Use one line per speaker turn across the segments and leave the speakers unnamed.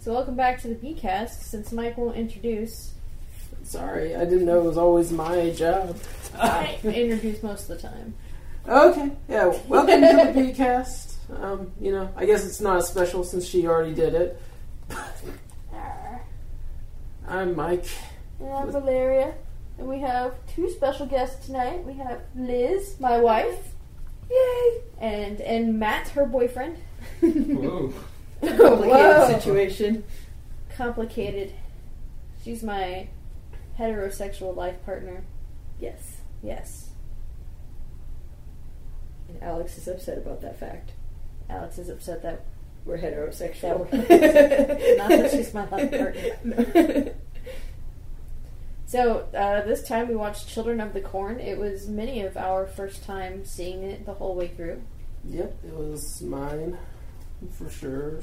So welcome back to the PCast. Since Mike won't introduce,
Sorry, I didn't know it was always my job. Uh,
I introduce most of the time.
Okay, yeah, welcome to the PCast. Um, you know, I guess it's not as special since she already did it. I'm Mike.
And I'm Valeria, and we have two special guests tonight. We have Liz, my wife, yay, and and Matt, her boyfriend. Whoa.
Whoa.
Complicated situation.
Complicated. She's my heterosexual life partner.
Yes.
Yes,
And Alex is upset about that fact.
Alex is upset that
We're heterosexual.
That we're- Not that she's my life partner.
No.
So uh, this time we watched Children of the Corn. It was many of our first time seeing it the whole way through.
Yep, it was mine, for sure.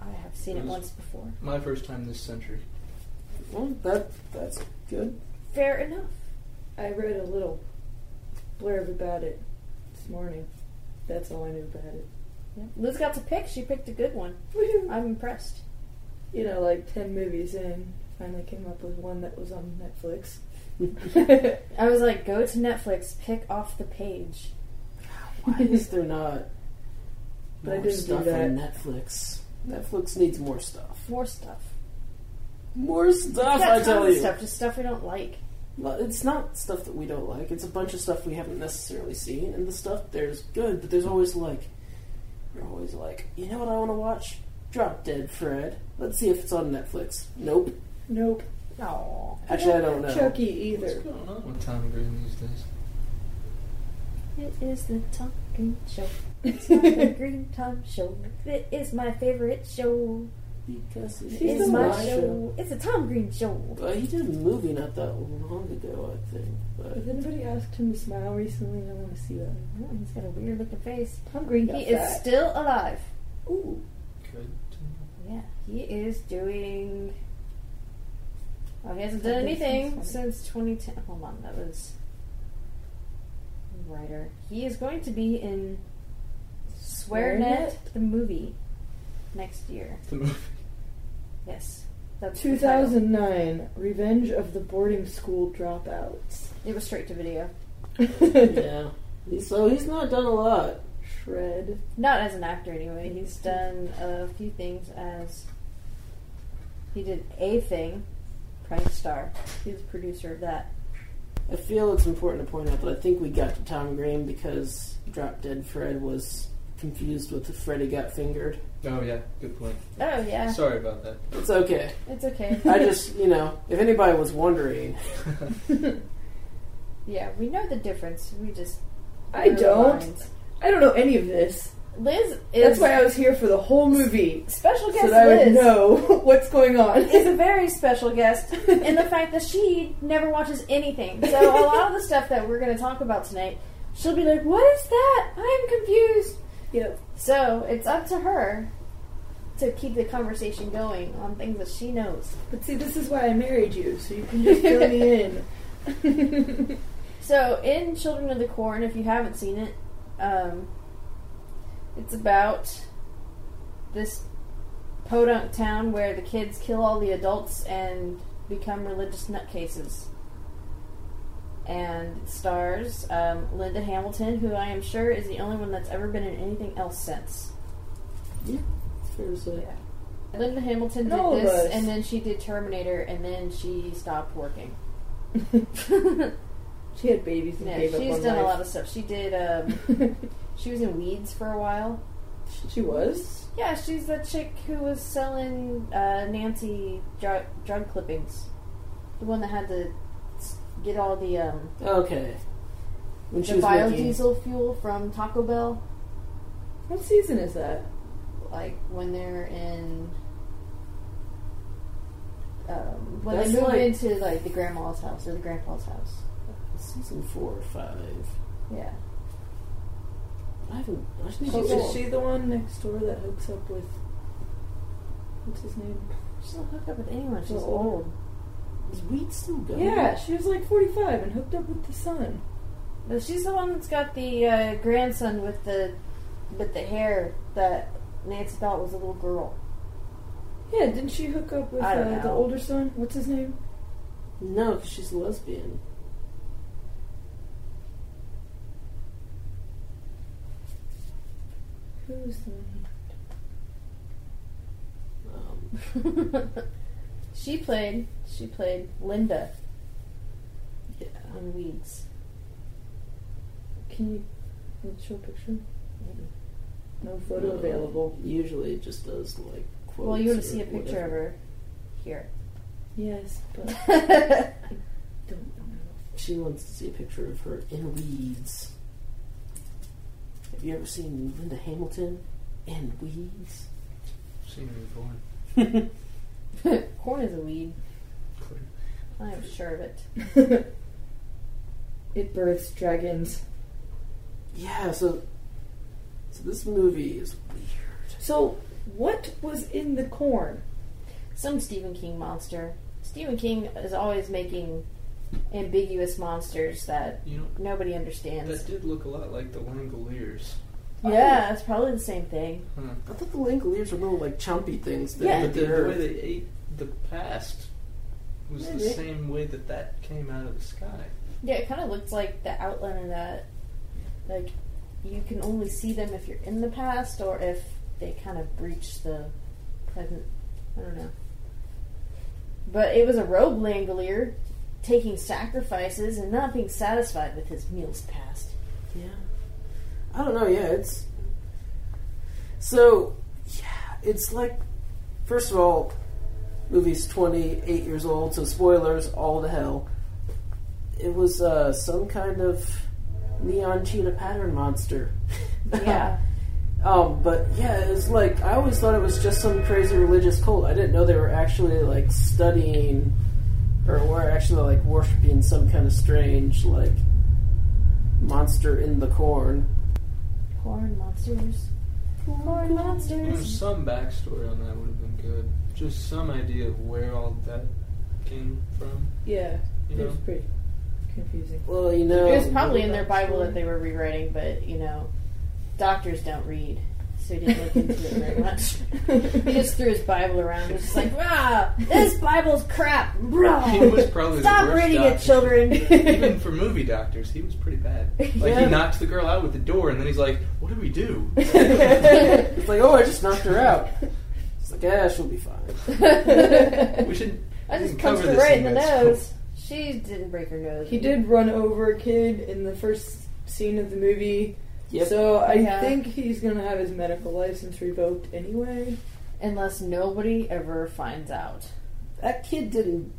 I have seen it
It was-
once before.
My first time this century.
Well, that, that's good.
Fair enough.
I read a little blurb about it this morning. That's all I knew about it.
Yeah. Liz got to pick. She picked a good one.
Woohoo.
I'm impressed.
You know, like 10 movies in, finally came up with one that was on Netflix.
I was like, go to Netflix, pick off the page.
Why is there not
But I
more
didn't do
stuff
that.
on Netflix? Netflix needs more stuff.
More stuff.
More stuff,
Got
I
tons
tell
of
you.
Stuff, just stuff we don't like.
Well, It's not stuff that we don't like. It's a bunch of stuff we haven't necessarily seen, and the stuff there's good, but there's always like, you're always like, you know what I want to watch? Drop Dead Fred. Let's see if it's on Netflix. Nope.
nope.
Aww.
Actually, I don't know.
Chucky
What's
either.
going on with Tom Green these days?
It is the Talking Show. It's not the Green Tom Show. It is my favorite show.
Because it
She's
It's
is
the
my
one.
show. It's a Tom Green show.
But Uh, he did a movie not that long ago, I think. But
Has anybody asked him to smile recently? I want to see that.
Oh, he's got a weird looking face.
Tom Green got
He is
fat.
still alive.
ooh,
Good.
Yeah, he is doing. Oh, he hasn't done anything since 2010. Hold on, that was. Writer. He is going to be in Swearnet, the movie, next year.
The movie.
Yes. That's the title.
2009 Revenge of the Boarding School Dropouts.
It was straight to video.
yeah. He- So he's not done a lot.
Shred.
Not as an actor, anyway. He's done a few things as. He did a thing, Prank Star. He was a producer of that.
I feel it's important to point out that I think we got to Tom Green because Drop Dead Fred was confused with the Freddy Got Fingered.
Oh, yeah. Good point.
Oh, yeah.
Sorry about that.
It's okay.
It's okay.
I just, you know, if anybody was wondering,
Yeah, we know the difference. We just
I
blur the
don't.
lines.
I don't know any of this.
Liz
That's
is
why I was here for the whole movie.
special guest.
So that I would
Liz
know what's going on.
is a very special guest in the fact that she never watches anything. So a lot of the stuff that we're going to talk about tonight, she'll be like, "What is that? I'm confused."
Yep.
So it's up to her to keep the conversation going on things that she knows.
But see, this is why I married you, so you can just fill me in.
So, in Children of the Corn, if you haven't seen it, um, it's about this podunk town where the kids kill all the adults and become religious nutcases. And it stars um, Linda Hamilton, who I am sure is the only one that's ever been in anything else since.
there's a
Linda Hamilton did
No,
this,
but-
and then she did Terminator, and then she stopped working.
she had babies and
Yeah,
gave up
she's
on
done a lot
life.
of stuff. She did. Um, she was in Weeds for a while.
she was.
Yeah, she's the chick who was selling uh, Nancy drug, drug clippings. The one that had to s- get all the um,
okay. When
the
she was making,
biodiesel fuel from Taco Bell,
What season is that?
like when they're in. Um, when
That's
they move
like-
into like the grandma's house or the grandpa's house.
season four or five.
Yeah.
I haven't. I just need
She's
to
is
see.
she the one next door that hooks up with what's his name?
She's not hooked up with anyone. She's
The
old.
Is weed still good?
Yeah, she was like forty five and hooked up with the son.
No, she's the one that's got the uh, grandson with the with the hair that Nancy thought was a little girl.
Yeah, didn't she hook up with
I don't
uh, the
know.
older son? What's his name?
No, because she's a lesbian.
Who's the
Um,
she played she played Linda
yeah.
on Weeds.
Can you can you show a picture? No photo available.
Usually it just does like quotes.
Well, uh, you want
or
to see a picture
whatever.
of her here.
Yes, but I don't know.
She wants to see a picture of her in weeds. Have you ever seen Linda Hamilton in weeds?
Seen her before.
Corn is a weed.
Clear.
I am sure of it.
it births dragons.
Yeah, so so this movie is weird.
So what was in the corn?
Some Stephen King monster. Stephen King is always making ambiguous monsters that
You know,
nobody understands.
that did look a lot like the Langoliers.
yeah, it's probably the same thing.
Huh.
I thought the Langoliers were little like chompy things that
Yeah.
but
But the, the way
they're
they ate the past was the
Maybe.
same way that that came out of the sky.
Yeah, it kind of looks like the outline of that. Like, you can only see them if you're in the past or if they kind of breach the present. I don't know. But it was a rogue Langolier taking sacrifices and not being satisfied with his meals past.
Yeah. I don't know, yeah, it's so yeah, it's like first of all, movie's twenty eight years old, so spoilers all to hell. It was uh, some kind of neon cheetah pattern monster.
Yeah.
Um, but yeah, it was like I always thought it was just some crazy religious cult. I didn't know they were actually like studying or were actually like worshiping some kind of strange like monster in the corn.
Corn monsters. Corn
You know,
monsters.
some backstory on that would have been good. Just some idea of where all that came from.
Yeah,
You
it was
know,
pretty confusing.
Well, you know,
It was probably in their Bible that they were rewriting, but you know, doctors don't read, so he didn't look into it very much. He just threw his Bible around. He was just like, ah, this Bible's crap, bro.
he was probably the
Stop
worst
reading it,
doctor.
children.
Even for movie doctors, he was pretty bad. Like
Yeah.
he knocks the girl out with the door, and then he's like, "What do we do?"
It's like, oh, I just knocked her out. It's like, ah, she'll be fine.
We should.
I
we
just punched
can cover
her
this
right in the
red
nose. She didn't break her nose.
He did run over a kid in the first scene of the movie.
Yep.
So I
Yeah.
think he's gonna have his medical license revoked anyway.
unless nobody ever finds out.
that kid didn't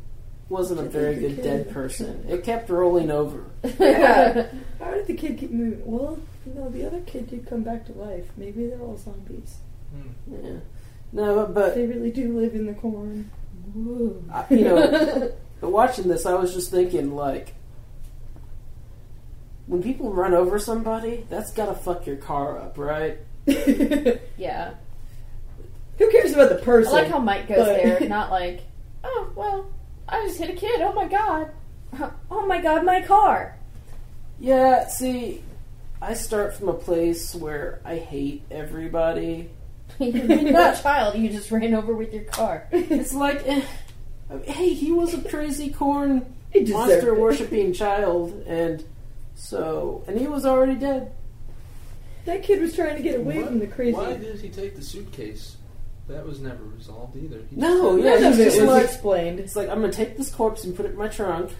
wasn't a
Didn't
very
the
good
kid-
dead person. It kept rolling over.
Yeah. How did the kid keep moving? Well, no, the other kid did come back to life. Maybe they're all zombies.
Hmm.
Yeah. No, but
They really do live in the corn.
I- you know, but watching this, I was just thinking like, when people run over somebody, that's gotta fuck your car up, right?
Who
yeah.
cares about the
I
person?
like how Mike goes
but-
there, not like, oh well, I just hit a kid. Oh my god, oh my god, my car.
Yeah. See, I start from a place where I hate everybody.
You're a child you just ran over with your car.
It's like, eh, I mean, hey, he was a crazy corn
He deserved
monster
it.
worshipping child, and so, and he was already dead.
That kid was trying to get away
What-
from the crazy.
Why did he take the suitcase? That was never resolved either. He
No,
just-
yeah,
None
he's
of it
just
was
like-
explained.
It's like I'm gonna take this corpse and put it in my trunk,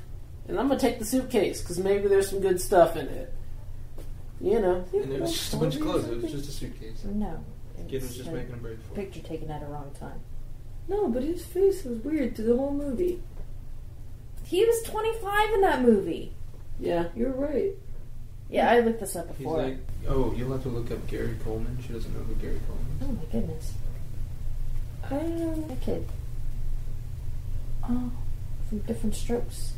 and I'm gonna take the suitcase because maybe there's some good stuff in it. You know,
and it was just a bunch of clothes. It was just a suitcase.
No,
Kid was just
a
making a break for it.
picture taken at a wrong time.
No, but his face was weird through the whole movie.
He was 25 in that movie.
yeah.
You're right.
Yeah, I looked this up
He's
before.
like, "Oh, you'll have to look up Gary Coleman. She doesn't know who Gary Coleman." is.
oh my goodness,
I uh, don't know.
that kid. Oh, from different strokes.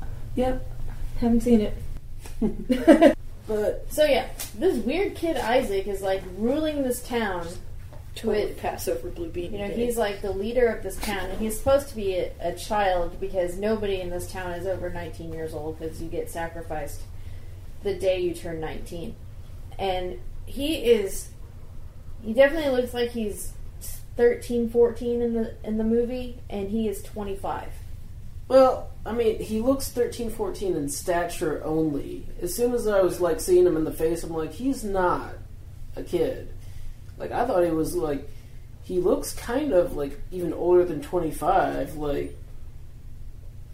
Yep. Haven't seen it.
But
So yeah, this weird kid Isaac is like ruling this town.
Totally
With-
pass over Blue Beanie.
You know,
Day.
he's like the leader of this town, and he's supposed to be a, a child because nobody in this town is over 19 years old because you get sacrificed the day you turn 19. And he is. He definitely looks like he's 13, 14 in the in the movie, and he is 25.
well, I mean, he looks 13, 14 in stature only. As soon as I was like seeing him in the face, I'm like, he's not a kid. Like I thought he was like he looks kind of like even older than 25, like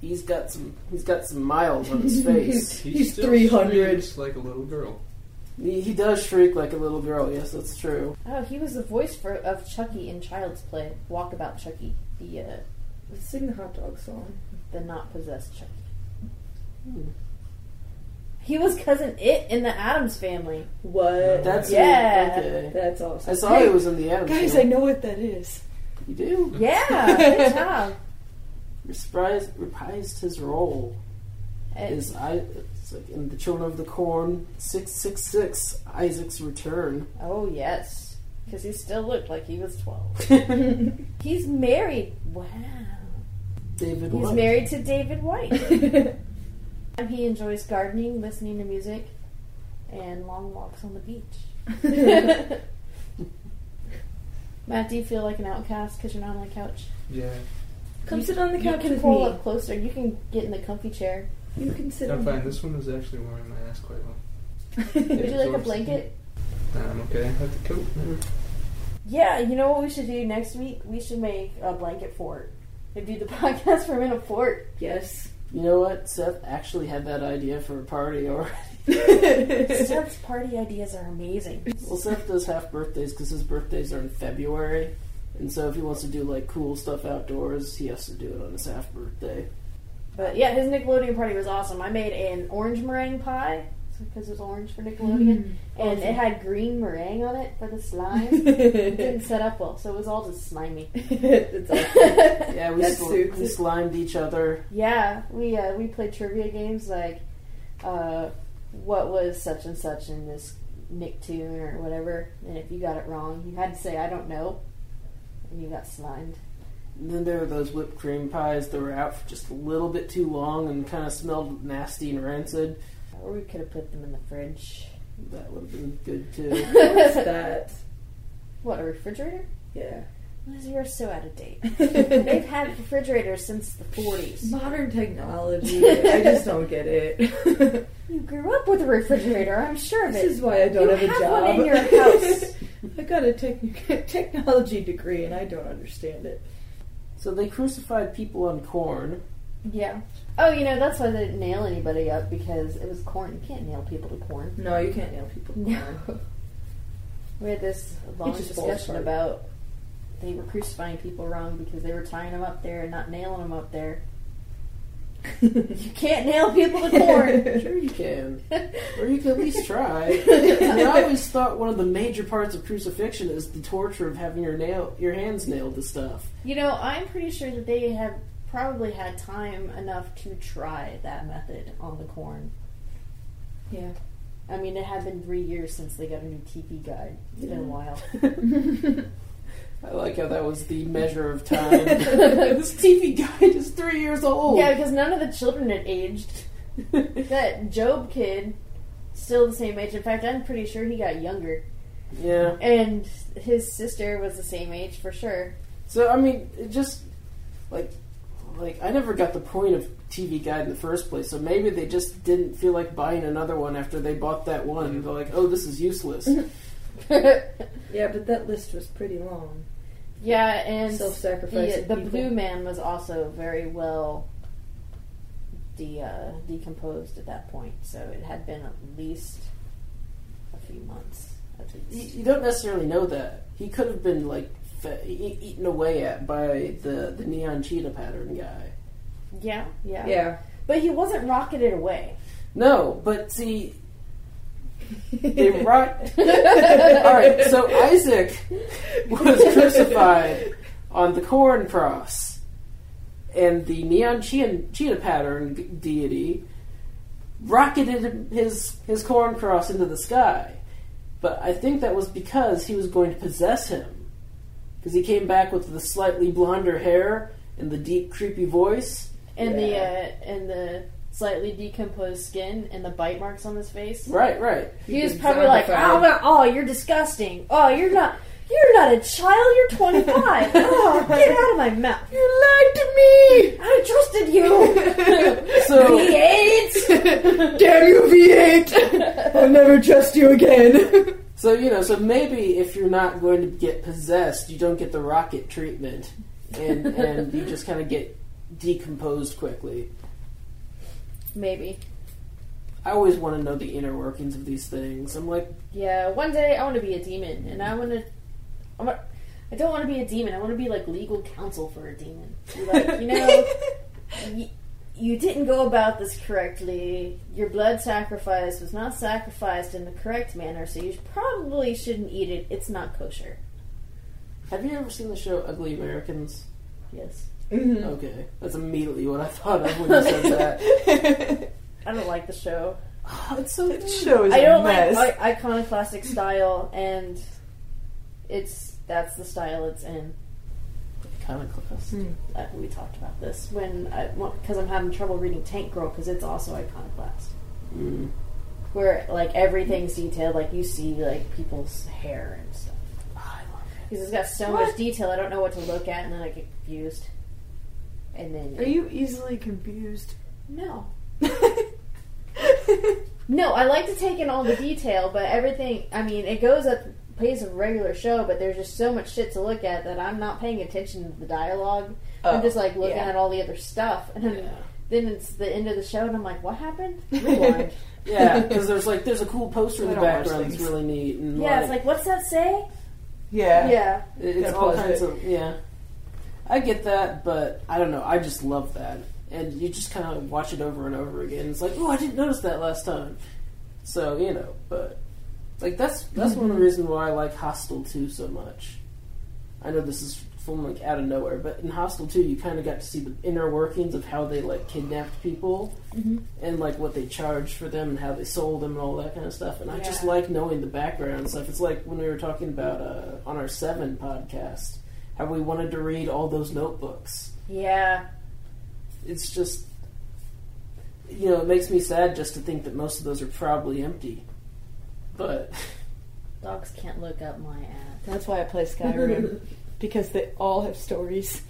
he's got some he's got some miles on his face.
He
He's
still
300.
screams like a little girl.
he, he does shriek like a little girl. Yes, that's true.
Oh, he was the voice for of Chucky in Child's Play, Walkabout Chucky, the uh,
Let's sing the hot dog song.
the not possessed Chucky.
Hmm.
He was cousin It in the Adams Family.
What?
That's
Yeah.
okay.
That's awesome.
I saw
Hey,
he was in the Adams.
Guys, I
Family.
know what that is.
you do.
Yeah, good job.
Reprised, reprised his role
And
as I it's like in the Children of the Corn six six six Isaac's return.
oh yes, because he still looked like he was twelve. He's married. Wow.
David.
He's
White.
married to David White.
That's
he enjoys gardening, listening to music, and long walks on the beach. Matt, do you feel like an outcast because you're not on the couch?
Yeah.
Come
You-
sit on the couch
You can
with
pull
me.
up closer. You can get in the comfy chair.
You can sit
I'm
on
fine. This one was actually warming my ass quite well.
Would you like a
absorbs the
blanket?
heat. Nah, I'm okay. I have the coat.
Yeah, you know what we should do next week? We should make a blanket fort. We do the podcast from in a fort.
Yes.
You know what? Seth actually had that idea for a party, or
Seth's party ideas are amazing.
well, Seth does half birthdays because his birthdays are in February, and so if he wants to do like cool stuff outdoors, he has to do it on his half birthday.
But yeah, his Nickelodeon party was awesome. I made an orange meringue pie because it was orange for Nickelodeon,
Mm.
and
Awesome.
it had green meringue on it for the slime. it didn't
That's
set up well, so it was all just slimy.
awesome.
Yeah, we,
That
sl-
suits
we
it.
slimed each other.
yeah, we uh, we played trivia games like uh, what was such and such in this Nicktoon or whatever, and if you got it wrong, you had to say I don't know, and you got slimed.
And then there were those whipped cream pies that were out for just a little bit too long and kind of smelled nasty and rancid.
Or we could have put them in the fridge.
That would have been good too.
What's that?
What a refrigerator!
Yeah.
Liz, you are so out of date. They've had refrigerators since the 40s.
Modern technology. I just don't get it. this
You grew up with a refrigerator, I'm sure of it.
is why I don't
You
have, a
have
job.
one in your house.
I got a techni- technology degree and I don't understand it.
so they crucified people on corn.
yeah. Oh, you know, that's why they didn't nail anybody up because it was corn. You can't nail people to corn.
No, you can't nail people.
We had this long
just falls
discussion
apart.
about they were crucifying people wrong because they were tying them up there and not nailing them up there. You can't nail people to corn.
Sure you can. Or you can at least try. And I always thought one of the major parts of crucifixion is the torture of having your nail your hands nailed to stuff.
you know, I'm pretty sure that they have probably had time enough to try that method on the corn.
yeah.
I mean, it had been three years since they got a new TV guide. It's been a while.
I like how that was the measure of time. this TV guide is three years
Oh.
old.
Yeah, because none of the children had aged. That Job kid, still the same age. In fact, I'm pretty sure he got younger.
yeah.
And his sister was the same age for sure.
So I mean, it just like like I never got the point of TV Guide in the first place. So maybe they just didn't feel like buying another one after they bought that one. They're like, oh, this is useless.
yeah,
Yeah, but that list was pretty long.
and
Self-sacrificing
the, the
people.
blue man was also very well de- uh, decomposed at that point. So it had been at least a few months. At
you,
least.
you don't necessarily know that he could have been like fe- e- eaten away at by the the neon cheetah pattern guy.
Yeah, yeah.
Yeah.
But he wasn't rocketed away.
No, but see, they rocked. All right, so Isaac was crucified on the corn cross, and the neon cheetah, cheetah pattern g- deity rocketed his his corn cross into the sky. But I think that was because he was going to possess him, because he came back with the slightly blonder hair and the deep, creepy voice.
and
Yeah.
the uh, and the slightly decomposed skin and the bite marks on his face.
Right, right.
He was
He's
probably like,
zombified.
oh, well, oh, you're disgusting. Oh, you're not. You're not a child. You're 25. oh, get out of my mouth.
You lied to
I trusted you.
So
V8.
Damn you, V8! I'll never trust you again.
so you know so maybe if you're not going to get possessed, you don't get the rocket treatment, and and you just kind of get decomposed quickly.
Maybe.
I always want to know the inner workings of these things. I'm like,
Yeah. One day I want to be a demon, and I want to. I'm a, I don't want to be a demon. I want to be like legal counsel for a demon. Be Like, you know, y- you didn't go about this correctly. Your blood sacrifice was not sacrificed in the correct manner, so you probably shouldn't eat it. It's not kosher.
have you ever seen the show Ugly Americans?
Yes.
Mhm.
Mm-hmm. Okay, that's immediately what I thought of when you said that.
I don't like the show.
Oh, it's so
That show is
I
a
don't
mess.
like I- iconoclastic style, and it's that's the style it's in.
kind of close.
Hmm.
Uh, we talked about this when because I'm having trouble reading Tank Girl because it's also iconoclast,
Mm.
where like everything's detailed, like you see like people's hair and stuff.
I love
Because it's got so
What?
much detail, I don't know what to look at, and then I get confused. And then
Are you easily confused?
no no? I like to take in all the detail, but everything. I mean, it goes at the pace of a regular show, but there's just so much shit to look at that I'm not paying attention to the dialogue. I'm
Oh,
just like looking at all the other stuff, and then,
Yeah.
then it's the end of the show, and I'm like, what happened? Rewind.
Yeah, because there's like there's a cool poster in
I
the
don't watch
background that's
things.
really neat. And
yeah, it's like, what's that say?
Yeah.
Yeah,
it's
Gotta
all
pause
kinds
it.
of yeah. I get that, but I don't know. I just love that, and you just kind of watch it over and over again. It's like, oh, I didn't notice that last time. So you know, but like that's that's one of the reasons why I like Hostel Two so much. I know this is from like out of nowhere, but in Hostel Two, you kind of got to see the inner workings of how they like kidnapped people
Mm-hmm.
and like what they charged for them and how they sold them and all that kind of stuff. And I just
Yeah.
like knowing the background stuff. It's like when we were talking about uh, on our Seven podcast how we wanted to read all those notebooks.
yeah.
It's just you know it makes me sad just to think that most of those are probably empty, but.
Dogs can't look up my ass.
That's why I play Skyrim. Mm-hmm. because they all have stories.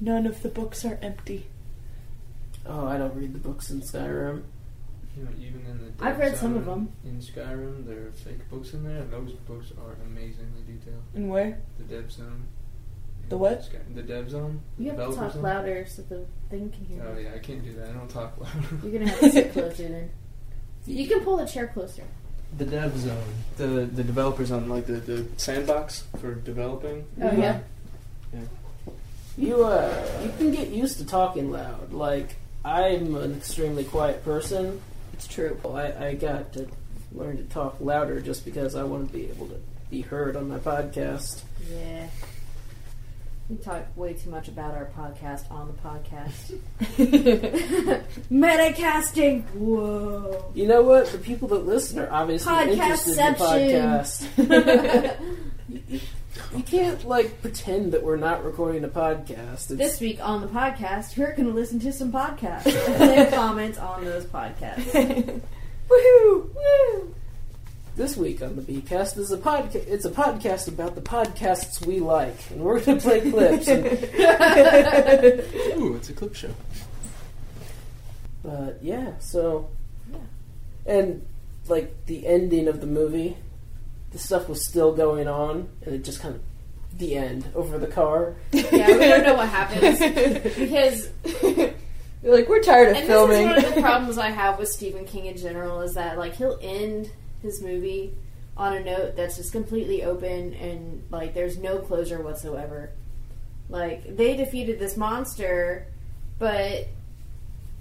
None of the books are empty.
Oh, I don't read the books in Skyrim.
You know, even in the Dark
I've read some
Zone
of them.
In Skyrim, there are fake books in there, and those books are amazingly detailed.
And where?
The Dev Zone.
The what?
Sky- the Dev Zone.
You have to
Developer
talk
Zone.
louder so the thing can hear
Oh
you.
yeah, I can't do that. I don't talk loud.
You're gonna have to sit closer then. You can pull the chair closer.
The Dev Zone. The the developers on like the, the sandbox for developing.
Oh yeah.
You uh, you can get used to talking loud. Like I'm an extremely quiet person.
It's true.
Well, I, I got to learn to talk louder just because I want to be able to be heard on my podcast.
Yeah. We talk way too much about our podcast on the podcast. Metacasting. Whoa.
You know what? The people that listen are obviously interested in the
Podcastception.
podcast. You can't like pretend that we're not recording a podcast. It's,
This week on the podcast, you're going to listen to some podcasts and then comment on those podcasts.
Woohoo! Woo!
This week on the Bcast is a podcast. It's a podcast about the podcasts we like, and we're going to play clips. And,
Ooh, it's a clip show.
but yeah, so and like the ending of the movie, the stuff was still going on, and it just kind of the end over the car.
Yeah, we don't know what happens because
You're like, we're tired of
and
filming.
this is one of the problems I have with Stephen King in general is that like he'll end his movie on a note that's just completely open and like there's no closure whatsoever. Like they defeated this monster, but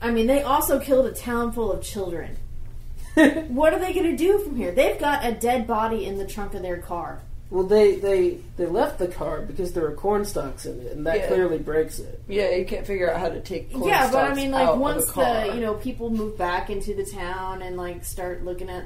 I mean they also killed a town full of children. what are they going to do from here? They've got a dead body in the trunk of their car.
Well, they they they left the car because there were corn stalks in it, and that
Yeah.
clearly breaks it.
Yeah, you can't figure out how to take corn
yeah, but I
stalks
mean,
out
like
of
once
a
the,
car.
you know people move back into the town and like start looking at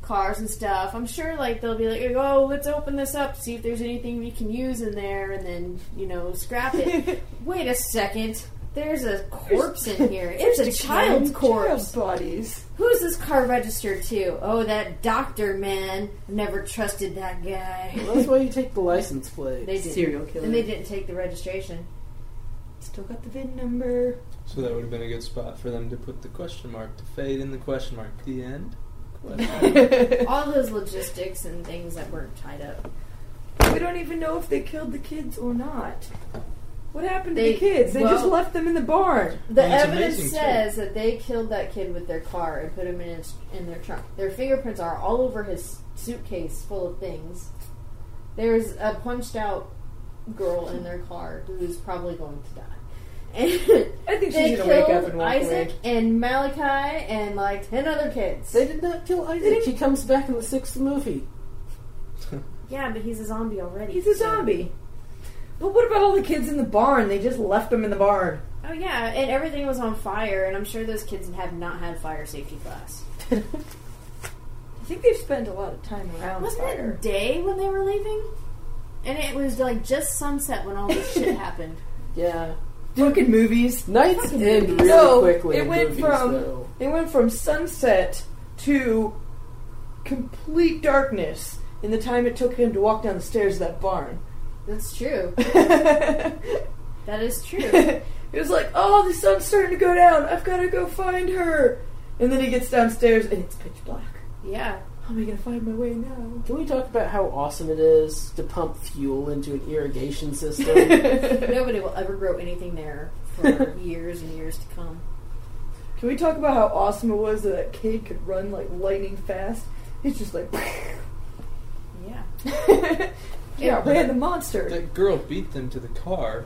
cars and stuff, I'm sure like they'll be like, oh, let's open this up, see if there's anything we can use in there, and then you know scrap it. Wait a second, there's a corpse in here. It's a child's
Child
corpse.
bodies.
Who's this car registered to? Oh, that doctor man. Never trusted that guy.
Well, that's why you take the license plate.
They didn't.
Serial killer.
And they didn't take the registration.
Still got the VIN number.
So that would have been a good spot for them to put the question mark to fade in the question mark. The end. Question mark.
we
All those logistics and things that weren't tied up.
don't even know if they killed the kids or not. What happened to
They-
the kids? They just
well-
left them in the barn.
The
And it's
evidence
amazing, too.
says that they killed that kid with their car and put him in his, in their trunk. Their fingerprints are all over his suitcase full of things. There's a punched out girl in their car who's probably going to die. And
I think
they
she's gonna wake up
killed
and walk
Isaac
away.
and Malachi and like ten other kids.
They did not kill Isaac.
didn't-
He comes back in the sixth movie.
Yeah, but he's a zombie already.
He's a
so-
zombie. But what about all the kids in the barn? They just left them in the barn.
Oh yeah, and everything was on fire, and I'm sure those kids have not had fire safety class.
I think they've spent a lot of time around
Wasn't
fire.
it day when they were leaving? And it was like just sunset when all this shit happened.
Yeah,
Fucking movies.
nights
Fucking
end
movies.
really
No,
quickly.
it
in
went
movies,
from-
though.
They went from sunset to complete darkness in the time it took him to walk down the stairs of that barn.
That's true.
it
That is true.
was like, oh, the sun's starting to go down. I've got to go find her. And then he gets downstairs and it's pitch black.
Yeah.
How am I going to find my way now?
Can we talk about how awesome it is to pump fuel into an irrigation system?
Nobody will ever grow anything there for years and years to come.
Can we talk about how awesome it was that that kid could run like lightning fast? He's just like,
Yeah.
yeah, ran the monster.
that girl beat them to the car,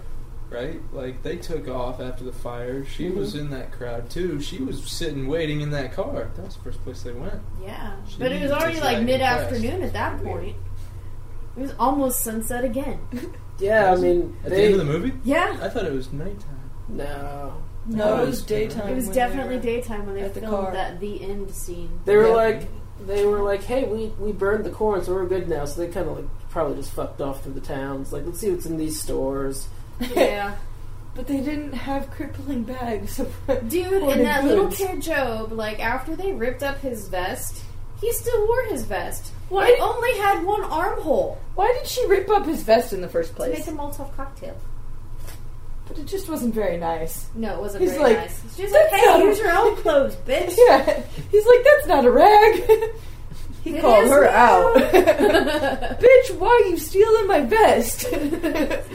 right? Like they took off after the fire. She was in that crowd too. She was sitting waiting in that car. That was the first place they went.
Yeah.
She
But it was
was
already
just,
like
like,
mid afternoon at that point. It was almost sunset again.
yeah, I mean,
At
they,
the end of the movie,
Yeah.
I thought it was nighttime.
no,
No, it was daytime
It was definitely daytime when they
at the
filmed
car.
that the end scene.
they were
Yeah.
like, they were like, hey, we we burned the corn, so we're good now. So they kind of like probably just fucked off through the towns. Like, let's see what's in these stores.
Yeah.
But they didn't have crippling bags of
Dude,
Hoarded
and that little
goods.
kid Job, like after they ripped up his vest, he still wore his vest.
Why-
It only had one armhole
Why did she rip up his vest in the first
to make
place?
a Molotov cocktail.
But it just wasn't very nice.
No, it wasn't
He's
very
like,
nice. She's like,
"That's
hey,
not a-
use your own clothes, bitch.
Yeah, he's like, that's not a rag. he
It
called
is
her
now.
out. Bitch, why are you stealing my vest?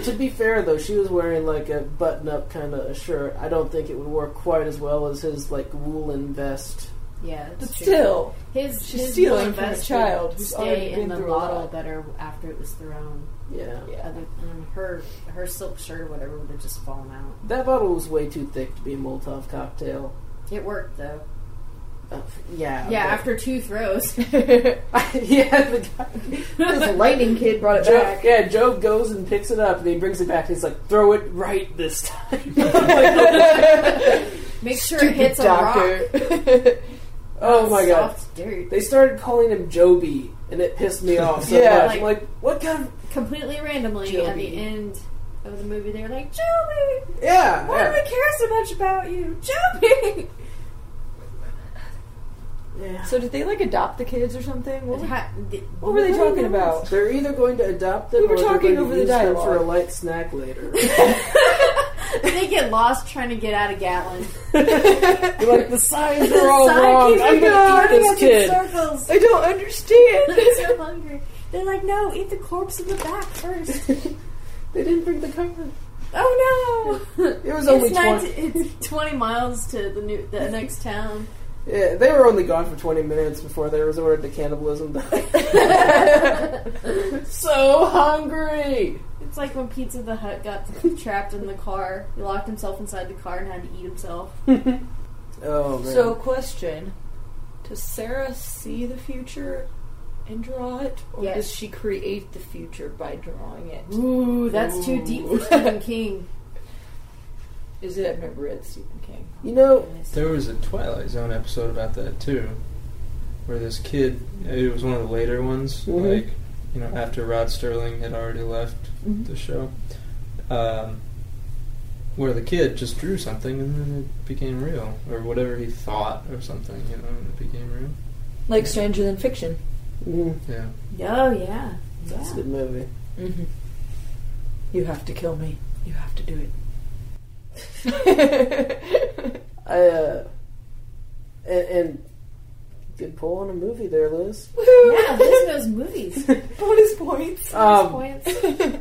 To be fair, though, she was wearing like a button-up kind of shirt. I don't think it would work quite as well as his like woolen vest.
Yeah,
but
that's true.
still,
his,
she's
his
stealing
one
from a
vest
child
would
who's
stay
already
in
been
the
through a
bottle
lot.
better after it was thrown.
Yeah.
yeah.
Other, um, her her silk shirt or whatever would have just fallen out.
That bottle was way too thick to be a Molotov cocktail.
It worked though.
Uh, yeah.
Yeah,
but-
after two throws.
yeah, the guy.
This lightning kid brought it
Joe,
back.
yeah, Job goes and picks it up, and he brings it back, and he's like, "Throw it right this time."
Make sure it
Stupid
hits a rock.
doctor.
oh my god!
Soft dirt.
They started calling him Joby, and it pissed me off so
Yeah.
much. I'm like, what kind of?
completely randomly at the
Joby.
end of the movie they're like joby
Yeah.
why do
yeah.
we care so much about you joby
Yeah.
So did they like adopt the kids or something? What, were- what
what
were they talking about?
They're either going to adopt them
We were
or they're
talking
going
over
to
the
use them
dialogue.
for a light snack later.
they get lost trying to get out of gatlin
You're like, the signs are all
Sign
wrong.
keeps
I'm
going
going to
running
eat
up
this
in
kid.
circles
I don't understand.
they're so hungry they're like no eat the corpse in the back first
They didn't bring the car.
oh no
It was only
it's,
20.
19 it's 20 miles to the new the next town
Yeah, they were only gone for 20 minutes before they resorted to cannibalism. so hungry!
it's like when pizza the hut got trapped in the car he locked himself inside the car and had to eat himself
Oh, man.
So, question: Does Sarah see the future and draw it, or
Yes.
does she create the future by drawing it?
Ooh, that's too deep for
Ooh.
Stephen King.
Is it? I've never read Stephen King.
You know,
There was a Twilight Zone episode about that too, where this kid. It was one of the later ones,
Mhm.
like you know, after Rod Sterling had already left
Mhm.
the show, um, where the kid just drew something and then it became real, or whatever he thought or something, you know, and it became real.
Like Stranger Than Fiction.
mm,
Yeah.
Oh yeah,
that's a
yeah.
good movie.
Mm-hmm. You have to kill me. You have to do it.
I, uh, and, and good pull on a movie there, Liz.
Woo!
Yeah, Liz knows movies. Uh,
Bonus points.
Um,
Points.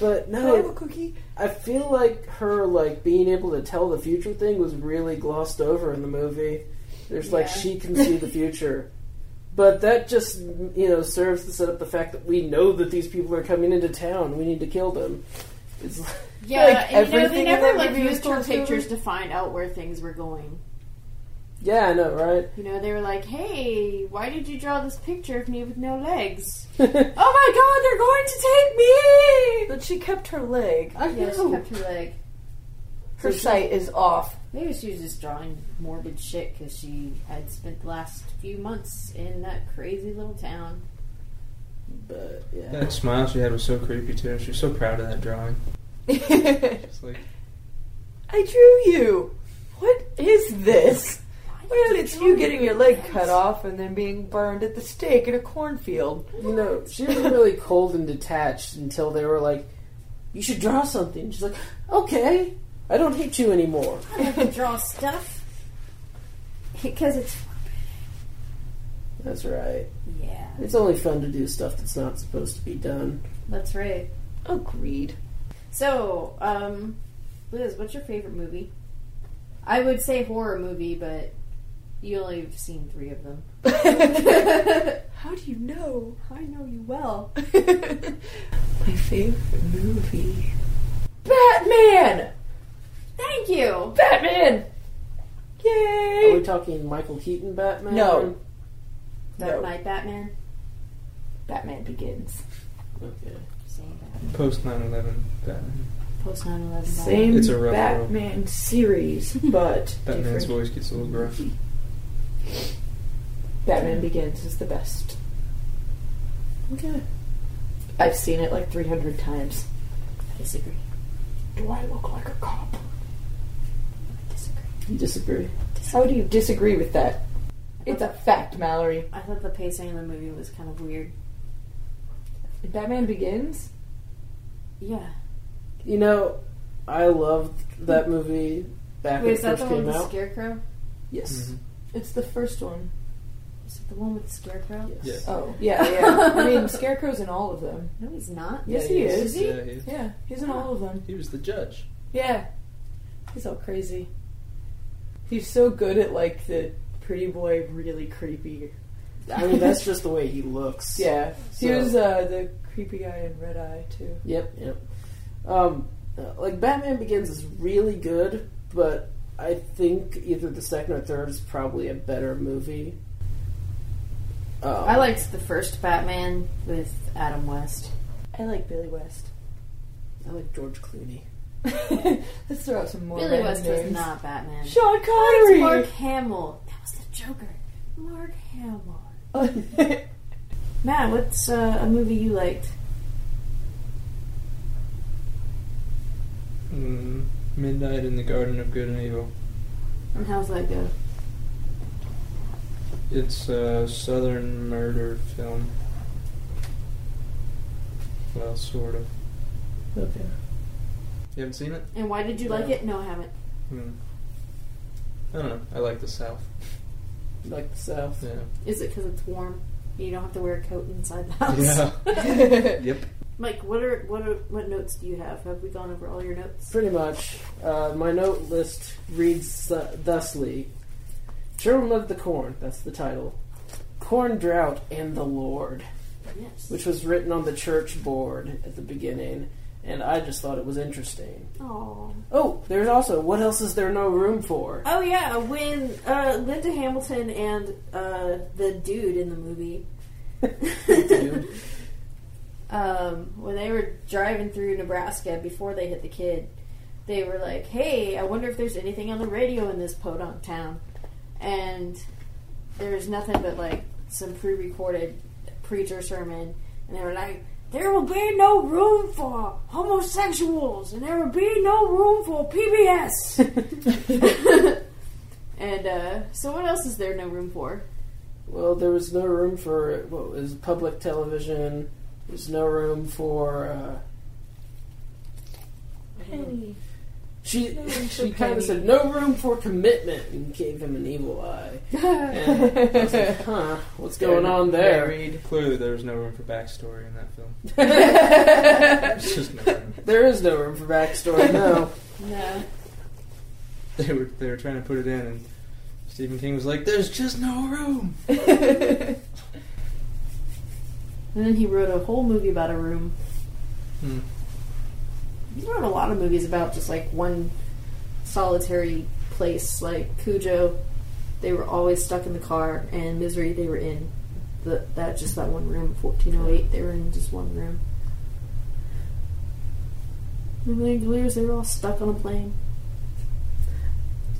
but
Can
Oh.
I have a
no,
cookie?
I feel like her like being able to tell the future thing was really glossed over in the movie. There's like
Yeah.
she can see the future, but that just you know serves to set up the fact that we know that these people are coming into town. We need to kill them. It's like,
Yeah,
Like,
and you know
everything
they
in
never
that
like
movie was
used tour
turned over.
pictures to find out where things were going.
yeah, I know, right?
You know, they were like, "Hey, why did you draw this picture of me with no legs?" oh my God, they're going to take me!
But she kept her leg.
I
Yeah, she kept her leg.
Her sight is off.
Maybe she was just drawing morbid shit because she had spent the last few months in that crazy little town.
but yeah,
That smile she had was so creepy too. She was so proud of that drawing.
I
It's like
drew you. What is this?
Why
Well,
did
it's
draw
you
me
getting
with
your leg
legs?
cut off and then being burned at the stake in a cornfield.
you know, she was really cold and detached until they were like, "You should draw something." She's like, "Okay, I don't hate you anymore."
I don't have to draw stuff because it's
That's right.
yeah.
It's only fun to do stuff that's not supposed to be done.
That's right.
Agreed.
So, um, Liz, what's your favorite movie? I would say horror movie, but you only have seen three of them.
How do you know?
I know you well.
My favorite movie. Batman!
Thank you.
Batman!
Are we
Yay!
talking Michael Keaton Batman?
No.
Dark
No.
Knight Batman.
Batman begins.
Okay.
Same Batman.
post 9/11 Batman.
Post 9 11.
Same
It's a rough
Batman series, but
Batman's
different.
voice gets a little gruff.
Batman Begins is the best.
Okay.
I've seen it like 300 times.
I disagree.
Do I look like a cop?
I disagree.
You disagree.
How do you disagree with that? It's a fact, Mallory.
I thought the pacing of the movie was kind of weird.
Batman Begins?
Yeah.
You know, I loved that movie back
Wait,
when
is
it
that
first
the one
came
with the
out.
scarecrow?
Yes.
Mhm.
It's the first one.
Is it the one with the scarecrow?
Yes. Uh,
Yes.
Oh, yeah, yeah. I mean, Scarecrow's in all of them.
No, he's not.
Yes,
Yeah,
he
he is.
is.
Is he?
Yeah, he,
Yeah, he's in all of them.
he was the judge.
Yeah. He's all crazy. He's so good at, like, the pretty boy, really creepy.
I mean, that's just the way he looks.
Yeah. He
So-
was uh, the creepy guy in Red Eye, too.
Yep, yep. Um, uh, like Batman Begins is really good, but I think either the second or third is probably a better movie. Um,
I liked the first Batman with Adam West.
I like Billy West.
Um, I like George Clooney.
Let's throw out some more.
Billy
random
West was
names.
not Batman.
Sean
It's
Connery.
Mark Hamill. That was the Joker. Mark Hamill. Matt, what's uh, a movie you liked?
Mm, Midnight in the Garden of Good and Evil.
And how's that go?
It's a southern murder film. Well, sort of.
Okay.
You haven't seen it?
And why did you like
Yeah.
it? No, I haven't.
Hmm. I don't know. I like the South.
Like the South.
Yeah.
Is it because it's warm? You don't have to wear a coat inside the house.
Yep.
Mike, what are what are what notes do you have? Have we gone over all your notes?
Pretty much. Uh, my note list reads th- thusly Children of the Corn, that's the title. Corn Drought and the Lord,
Yes.
which was written on the church board at the beginning, and I just thought it was interesting.
Aw.
Oh, there's also What Else Is There No Room For?
Oh yeah, when uh, Linda Hamilton and uh, the dude in the movie
Dude.
um, when they were driving through Nebraska before they hit the kid, they were like, "Hey, I wonder if there's anything on the radio in this podunk town," and there was nothing but like some pre-recorded preacher sermon, and they were like. There will be no room for homosexuals, and there will be no room for PBS. and uh, so, what else is there no room for?
Well, there was no room for what was public television. There was no room for. Uh,
Penny.
she
room for
she kind
Penny.
of said no room for commitment and gave him an evil eye. And I was like, huh, what's going on there?
Married.
Clearly, there was no room for backstory in that film. It's just no room.
There is no room for backstory. No,
no.
They were they were trying to put it in, and Stephen King was like, "There's just no room."
And then he wrote a whole movie about a room.
Hmm.
He wrote a lot of movies about just like one solitary place, like Cujo. They were always stuck in the car, and Misery. They were in the, that just that one room, fourteen oh eight. They were in just one room. Remember the Glorious? They were all stuck on a plane.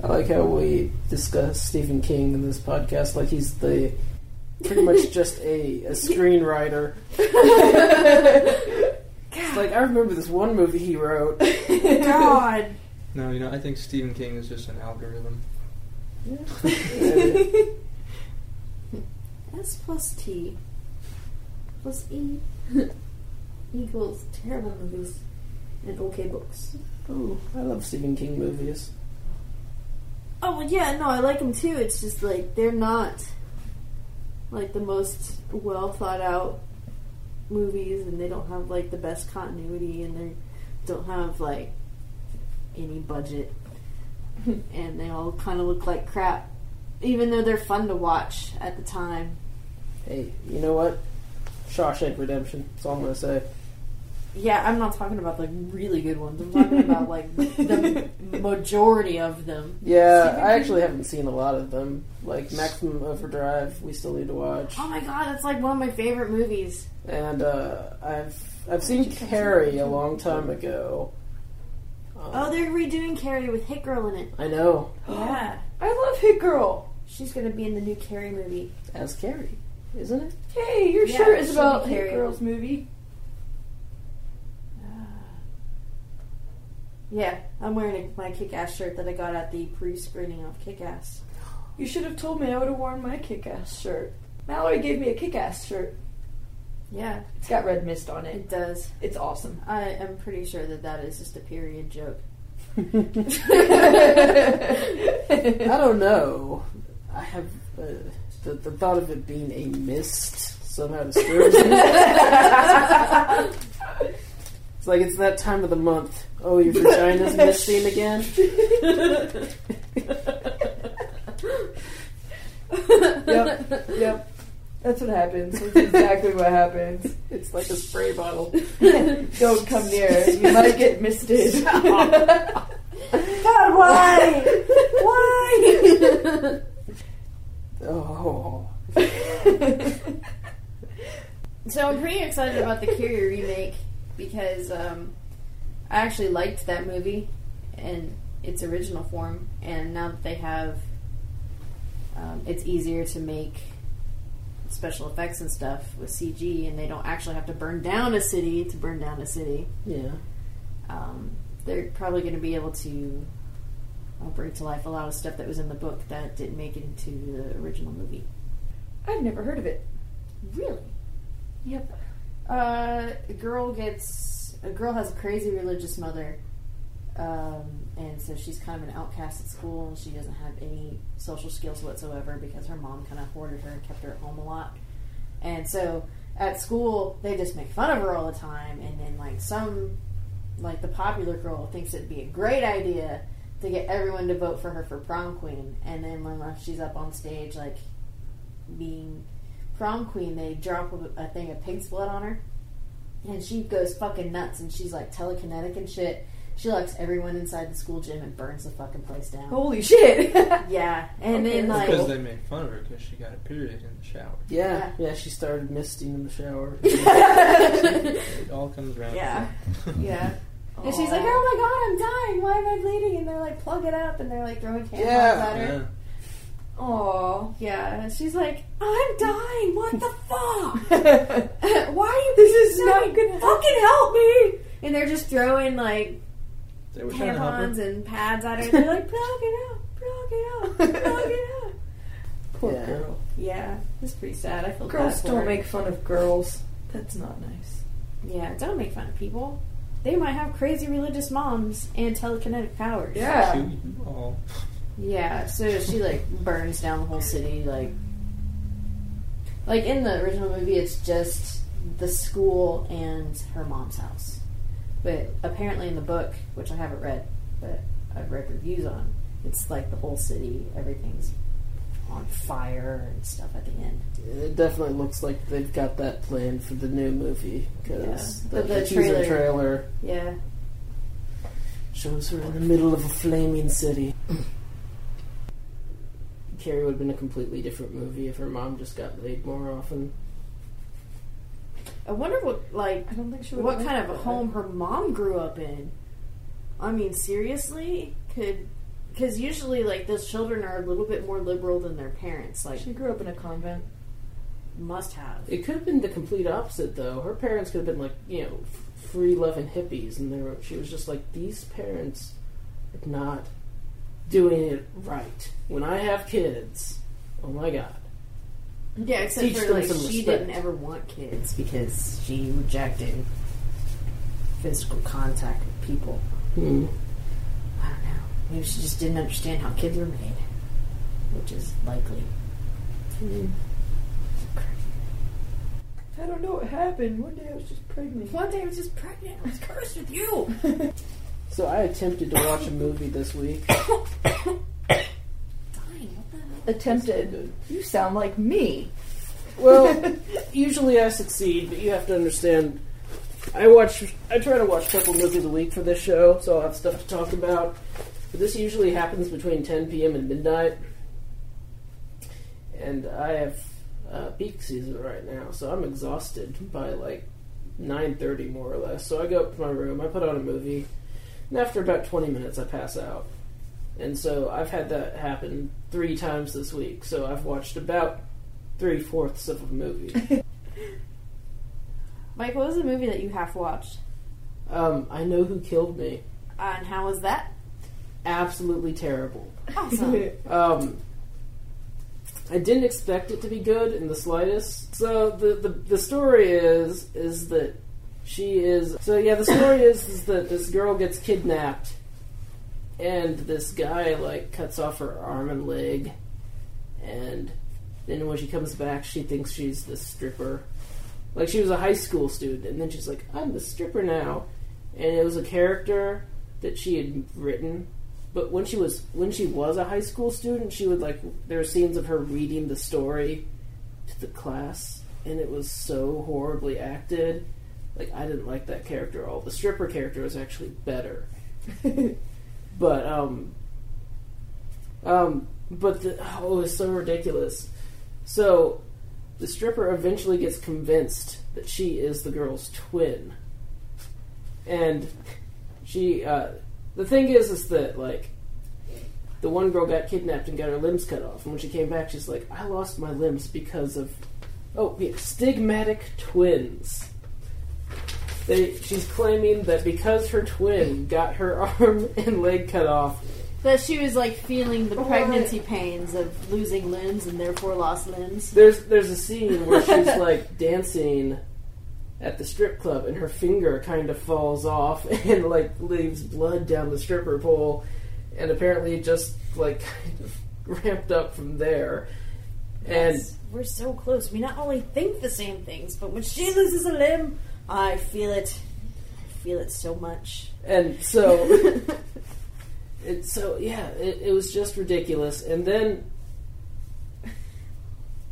I like how we discuss Stephen King in this podcast like he's the pretty much just a, a screenwriter. It's like I remember this one movie he wrote.
God.
No, you know, I think Stephen King is just an algorithm.
S plus T plus E equals terrible movies and okay books.
Ooh, I love Stephen King movies.
Oh, well, yeah, no, I like them too. It's just like they're not like the most well thought out movies, and they don't have like the best continuity, and they don't have like any budget, and they all kind of look like crap, even though they're fun to watch at the time.
Hey, you know what? Shawshank Redemption. That's all I'm gonna say.
Yeah, I'm not talking about the really good ones. I'm talking about like the majority of them.
Yeah,
Stephen
I
King.
actually haven't seen a lot of them. Like Maximum Overdrive, we still need to watch.
Oh my god, it's like one of my favorite movies.
And uh, I've I've seen Carrie a long time ago. Um,
Oh, they're redoing Carrie with Hit Girl in it.
I know.
Yeah,
I love Hit Girl.
she's gonna be in the new Carrie movie.
As Carrie, isn't it?
Hey, your
Yeah,
shirt is
she'll
about
be
Hit
carried.
Girl's movie.
Yeah, I'm wearing my Kick Ass shirt that I got at the pre-screening of Kick Ass.
You should have told me. I would have worn my kick-ass shirt. Mallory gave me a kick-ass shirt.
Yeah,
It's got red mist on it.
it does.
It's awesome.
I am pretty sure that that is just a period joke.
I don't know. I have uh, the, the thought of it being a mist somehow disturbs me. it's like it's that time of the month. Oh, your vagina's misting again.
yep, yep. That's what happens. That's exactly what happens.
It's like a spray bottle.
Don't come near. it. You might get misted.
God, why? why?
Oh,
So I'm pretty excited about the Carrie remake because um, I actually liked that movie in its original form, and now that they have, um, it's easier to make special effects and stuff with CG, and they don't actually have to burn down a city to burn down a city.
yeah.
Um, they're probably going to be able to uh, bring to life a lot of stuff that was in the book that didn't make it into the original movie.
I've never heard of it.
Really?
Yep.
Uh, a girl gets a girl has a crazy religious mother, um, and so she's kind of an outcast at school. and She doesn't have any social skills whatsoever because her mom kind of hoarded her and kept her at home a lot. And so at school, they just make fun of her all the time. And then like some, like the popular girl thinks it'd be a great idea to get everyone to vote for her for prom queen. And then when like, she's up on stage, like being prom queen, they drop a, a thing of pig's blood on her, and she goes fucking nuts, and she's like telekinetic and shit, She locks everyone inside the school gym and burns the fucking place down.
Holy shit!
Yeah, and
Oh. Okay,
then
that's
like
Because they made fun of her because she got a period in the shower.
Yeah, yeah, she started misting in the shower.
It all comes around.
yeah,
yeah.
and she's like, "Oh my god, I'm dying! Why am I bleeding?" And they're like, "Plug it up!" And they're like throwing tampons
Yeah.
at her.
Yeah.
Oh yeah, and she's like, "I'm dying! What the fuck?
my
Why are you?
This
being
is
so-
not good.
Fucking help me!" And they're just throwing like
They were trying to help her.
tampons and pads at her. They're like, "Plug it up! Plug it up! Plug it up!"
Poor
Yeah.
girl.
Yeah, it's pretty sad. I feel
Girls
bad for
don't
her.
make fun of girls. That's not nice.
Yeah, don't make fun of people. They might have crazy religious moms and telekinetic powers.
Kill
Yeah.
you all.
Yeah, so she like burns down the whole city, like like in the original movie it's just the school and her mom's house. But apparently in the book, which I haven't read, but I've read reviews on, it's like the whole city, everything's on fire and stuff at the end.
It definitely looks like they've got that planned for the new movie because
Yeah.
the,
But the
teaser
trailer-
trailer
Yeah.
shows her in the middle of a flaming city. Carrie would have been a completely different movie if her mom just got laid more often.
I wonder what like
I don't think she would.
what kind of a home her mom grew up in. I mean, seriously, could because usually like those children are a little bit more liberal than their parents. Like
She grew up in a convent.
must have.
It could have been the complete opposite, though. Her parents could have been like, you know, f- free loving hippies, and they were, she was just like, these parents are not doing it right. When I have kids, oh my god.
Yeah, except
Teach
for
them
like she
some
didn't
respect.
ever want kids because she rejected physical contact with people.
Hmm.
I don't know. Maybe she just didn't understand how kids were made, which is likely.
I don't know what happened. One day I was just pregnant.
One day I was just pregnant. I was cursed with you.
So I attempted to watch a movie this week.
Dying. What the hell?
Attempted. You sound like me.
Well, usually I succeed, but you have to understand. I watch. I try to watch a couple movies a week for this show, so I'll have stuff to talk about. But this usually happens between 10 p.m. and midnight, and I have uh, peak season right now, so I'm exhausted by like 9:30 more or less. So I go up to my room, I put on a movie, and after about 20 minutes, I pass out. And so I've had that happen three times this week. So I've watched about three fourths of a movie.
Mike, what was the movie that you half watched?
um, I know who killed me.
Uh, and how was that?
Absolutely terrible.
Awesome.
Um, I didn't expect it to be good in the slightest. So the, the the story is is that she is. So yeah, the story is is that this girl gets kidnapped, and this guy like cuts off her arm and leg, and then when she comes back, she thinks she's the stripper. Like she was a high school student, and then she's like, "I'm the stripper now," and it was a character that she had written but when she was when she was a high school student, she would like there were scenes of her reading the story to the class, and it was so horribly acted. Like I didn't like that character at all. The stripper character was actually better, but um, um, but the oh, it was so ridiculous. So the stripper eventually gets convinced that she is the girl's twin, and she uh, the thing is is that like the one girl got kidnapped and got her limbs cut off and when she came back she's like i lost my limbs because of oh yeah, stigmatic twins they, she's claiming that because her twin got her arm and leg cut off
that she was like feeling the pregnancy pains of losing limbs and therefore lost limbs.
There's there's a scene where she's like dancing at the strip club and her finger kind of falls off and like leaves blood down the stripper pole and apparently it just like kind of ramped up from there. And
Yes, we're so close. We not only think the same things, but when she loses a limb, I feel it. I feel it so much.
and so it so yeah, it, it was just ridiculous. And then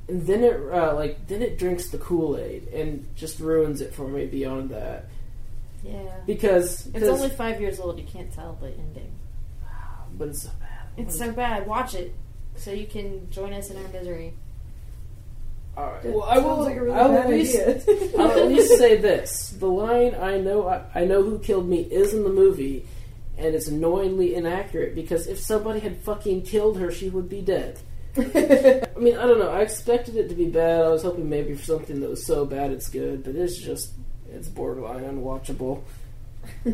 and then it uh, like then it drinks the Kool Aid and just ruins it for me beyond that.
Yeah.
because
It's
'cause-
only five years old. You can't tell the ending.
but it's so bad.
It's so bad. Watch it so you can join us in our misery.
All right.
That
Well, I will.
sounds like a really
I'll
bad
at least
idea.
I'll at least say this: the line "I know I, I know who killed me" is in the movie, and it's annoyingly inaccurate because if somebody had fucking killed her, she would be dead. I mean, I don't know. I expected it to be bad. I was hoping maybe for something that was so bad it's good, but it's just it's borderline unwatchable.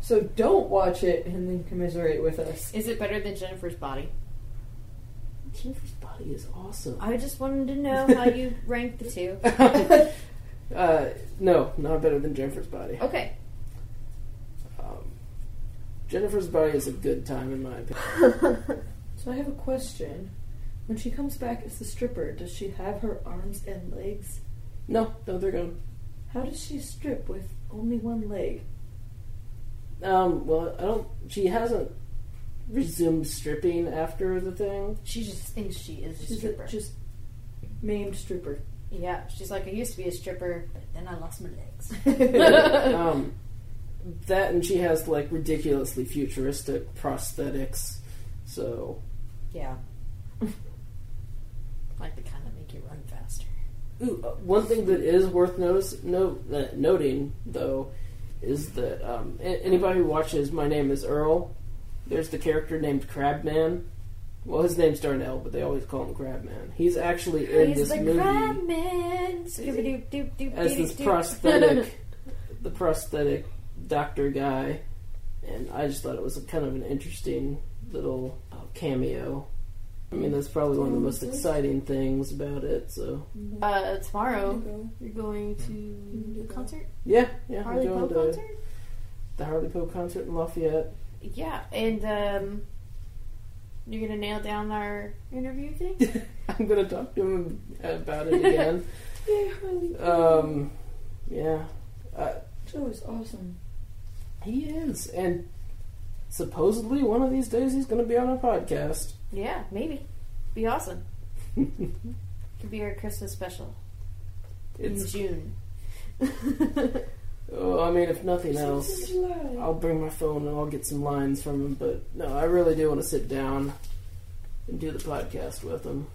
so don't watch it and then commiserate with us.
Is it better than Jennifer's body?
Jennifer's body is awesome.
I just wanted to know how you rank the two.
uh, no, not better than Jennifer's body.
Okay.
Um, Jennifer's body is a good time in my opinion.
So I have a question. When she comes back as the stripper, does she have her arms and legs?
No, no, they're gone.
How does she strip with only one leg?
Um, well, I don't. She hasn't resumed stripping after the thing.
She just thinks she is a
She's a
stripper.
just maimed stripper.
Yeah, she's like, I used to be a stripper, but then I lost my legs. Oh.
um, that and she has like ridiculously futuristic prosthetics. So
Yeah. like the kind that make you run faster.
Ooh, uh, one thing that is worth notice, no, uh, noting, though, is that um, a- anybody who watches My Name is Earl, there's the character named Crabman. Well, his name's Darnell, but they always call him Crabman. He's actually in
He's
this
the
movie
crab man. Scooby doo doo
as this prosthetic, the prosthetic doctor guy. And I just thought it was a kind of an interesting little uh, cameo. I mean, that's probably one of the most exciting things about it, so.
uh, tomorrow, you're going to a concert?
Yeah, yeah. I'm
Harley Poe
going to-
concert?
the Harley Pope concert in Lafayette.
Yeah, and um, you're gonna nail down our interview thing.
I'm gonna talk to him about it again.
Yay, Harley.
um, yeah, uh,
Joe is awesome.
he is, and supposedly one of these days he's gonna be on a podcast.
yeah, maybe. Be awesome. Could be our Christmas special in
It's
June.
oh, I mean, if nothing
This
else,
is July.
I'll bring my phone and I'll get some lines from him. But no, I really do want to sit down and do the podcast with him.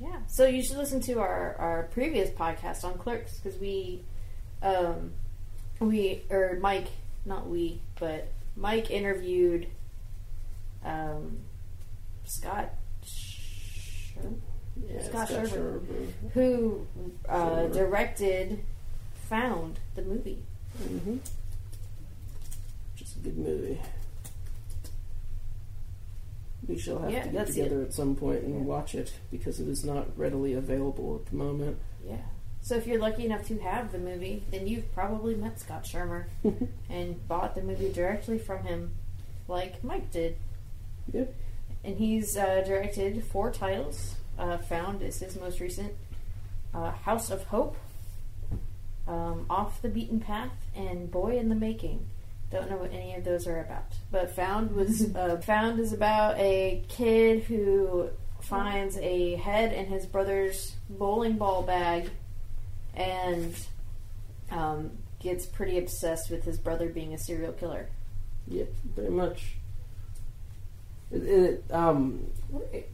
Yeah. So you should listen to our, our previous podcast on clerks because we, um, we or Mike, not we, but Mike interviewed, um, Scott, Sher-
Yeah,
Scott
Scott
Sherber.
Sherber.
who uh,
Sherber.
directed, found the movie.
Mm-hmm. Just a good movie. We shall have
Yeah,
to get
that's
together at some point and
Yeah.
watch it because it is not readily available at the moment.
Yeah. So if you're lucky enough to have the movie, then you've probably met Scott Shermer and bought the movie directly from him, like Mike did.
Yep.
And he's uh, directed four titles. Uh, Found is his most recent. Uh, House of Hope, um, Off the Beaten Path, and Boy in the Making. Don't know what any of those are about. But Found was uh, Found is about a kid who finds a head in his brother's bowling ball bag, and um, gets pretty obsessed with his brother being a serial killer.
Yep, pretty much. It, it, um,
Wait.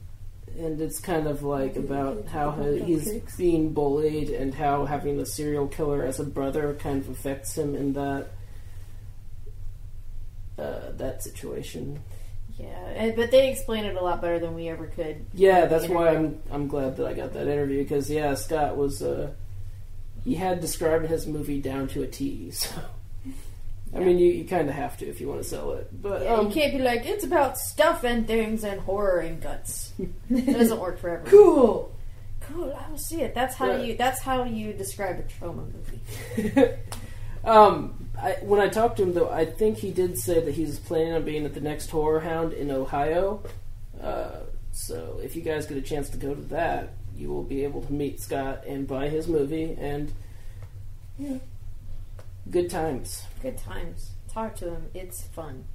and it's kind of like
Mhm.
about how he- he's
Cupcakes.
being bullied and how having a serial killer as a brother kind of affects him in that uh, that situation.
Yeah, and, but they explain it a lot better than we ever could.
Yeah, that's why I'm I'm glad that I got that interview because yeah, Scott was uh, he had described his movie down to a T. So I mean, you, you kind of have to if you want to sell it, but
Yeah,
um,
you can't be like it's about stuff and things and horror and guts. it doesn't work for everyone.
Cool.
Cool, I will see it. That's how
Right.
you. That's how you describe a trauma movie.
um, I, when I talked to him though, I think he did say that he was planning on being at the next Horror Hound in Ohio. Uh, so if you guys get a chance to go to that, you will be able to meet Scott and buy his movie and yeah, good times.
Good times. Talk to him. It's fun.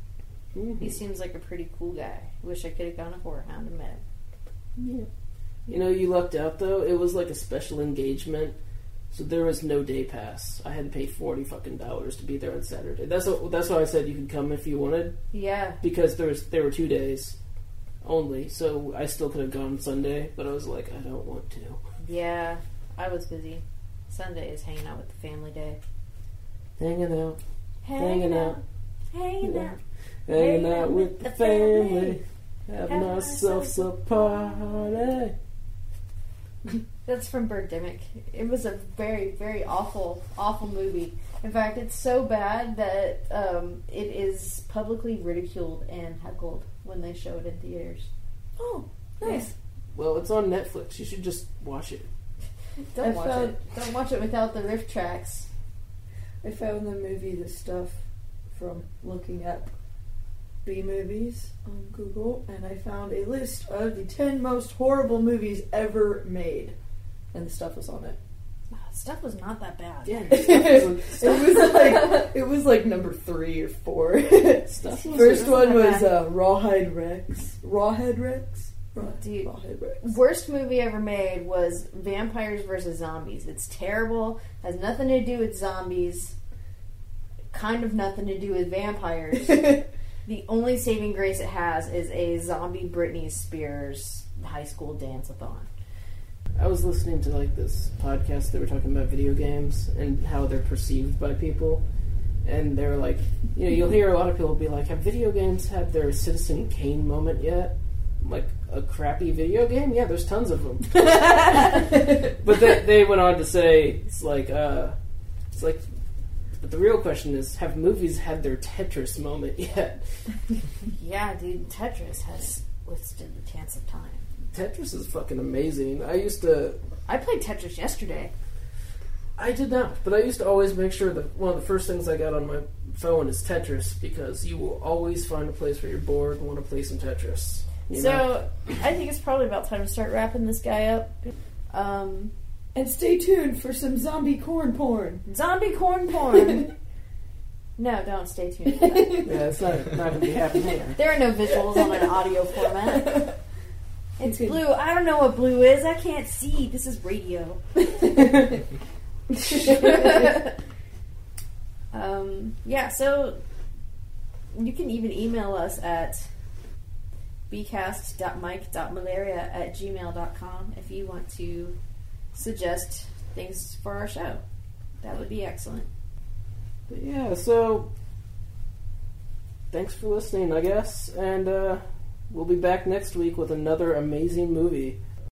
He
Mhm.
seems like a pretty cool guy. Wish I could have gone to horror hound and met him.
Yeah. You know, you lucked out though. It was like a special engagement, So there was no day pass. I had to pay forty fucking dollars to be there on Saturday. That's what, that's why I said you could come if you wanted
Yeah.
because there was there were two days only. So I still could have gone Sunday, but I was like, I don't want to.
Yeah, I was busy. Sunday is hanging out with the family day.
Hanging out,
Hanging out. Hanging
Yeah.
out.
hanging out with the family, have myself a party.
That's from Birdemic. It was a very, very awful, awful movie. In fact, it's so bad that um, it is publicly ridiculed and heckled when they show it in theaters.
Oh,
nice.
Well, it's on Netflix. You should just watch it.
Don't
I
watch
found-
it. Don't watch it without the riff tracks.
I found the movie The Stuff from looking up B movies on Google, and I found a list of the 10 most horrible movies ever made. And The Stuff was on it.
Stuff was not that bad.
Yeah,
it was like it was like number three or four.
stuff.
First one
not
was uh, Rawhide Rex. Rawhead Rex. Raw-
Dude.
Rawhead Rex.
Worst movie ever made was Vampires vs. Zombies. It's terrible, has nothing to do with zombies, kind of nothing to do with vampires. the only saving grace it has is a zombie Britney Spears high school dance-a-thon.
I was listening to like this podcast. They were talking about video games and how they're perceived by people, and they were like, you know, you'll hear a lot of people be like, "Have video games had their Citizen Kane moment yet?" I'm like a crappy video game? Yeah, there's tons of them. but they, they went on to say it's like, uh, it's like, but the real question is, have movies had their Tetris moment yet?
Yeah, dude, Tetris has withstood the chance of time.
Tetris is fucking amazing. I used to
I played Tetris yesterday.
I did not, but I used to always make sure that one of the first things I got on my phone is Tetris because you will always find a place where you're bored and want to play some Tetris. you know?
So, I think it's probably about time to start wrapping this guy up. Um,
And stay tuned for some zombie corn porn.
zombie corn porn. no, don't stay tuned. for that.
yeah, it's not, not gonna be happening here.
There are no visuals on an audio format. It's blue. I don't know what blue is. I can't see. This is radio. um, yeah, so you can even email us at bcast.mike.malaria at gmail.com if you want to suggest things for our show. That would be excellent.
But yeah, so thanks for listening, I guess, and uh, we'll be back next week with another amazing movie.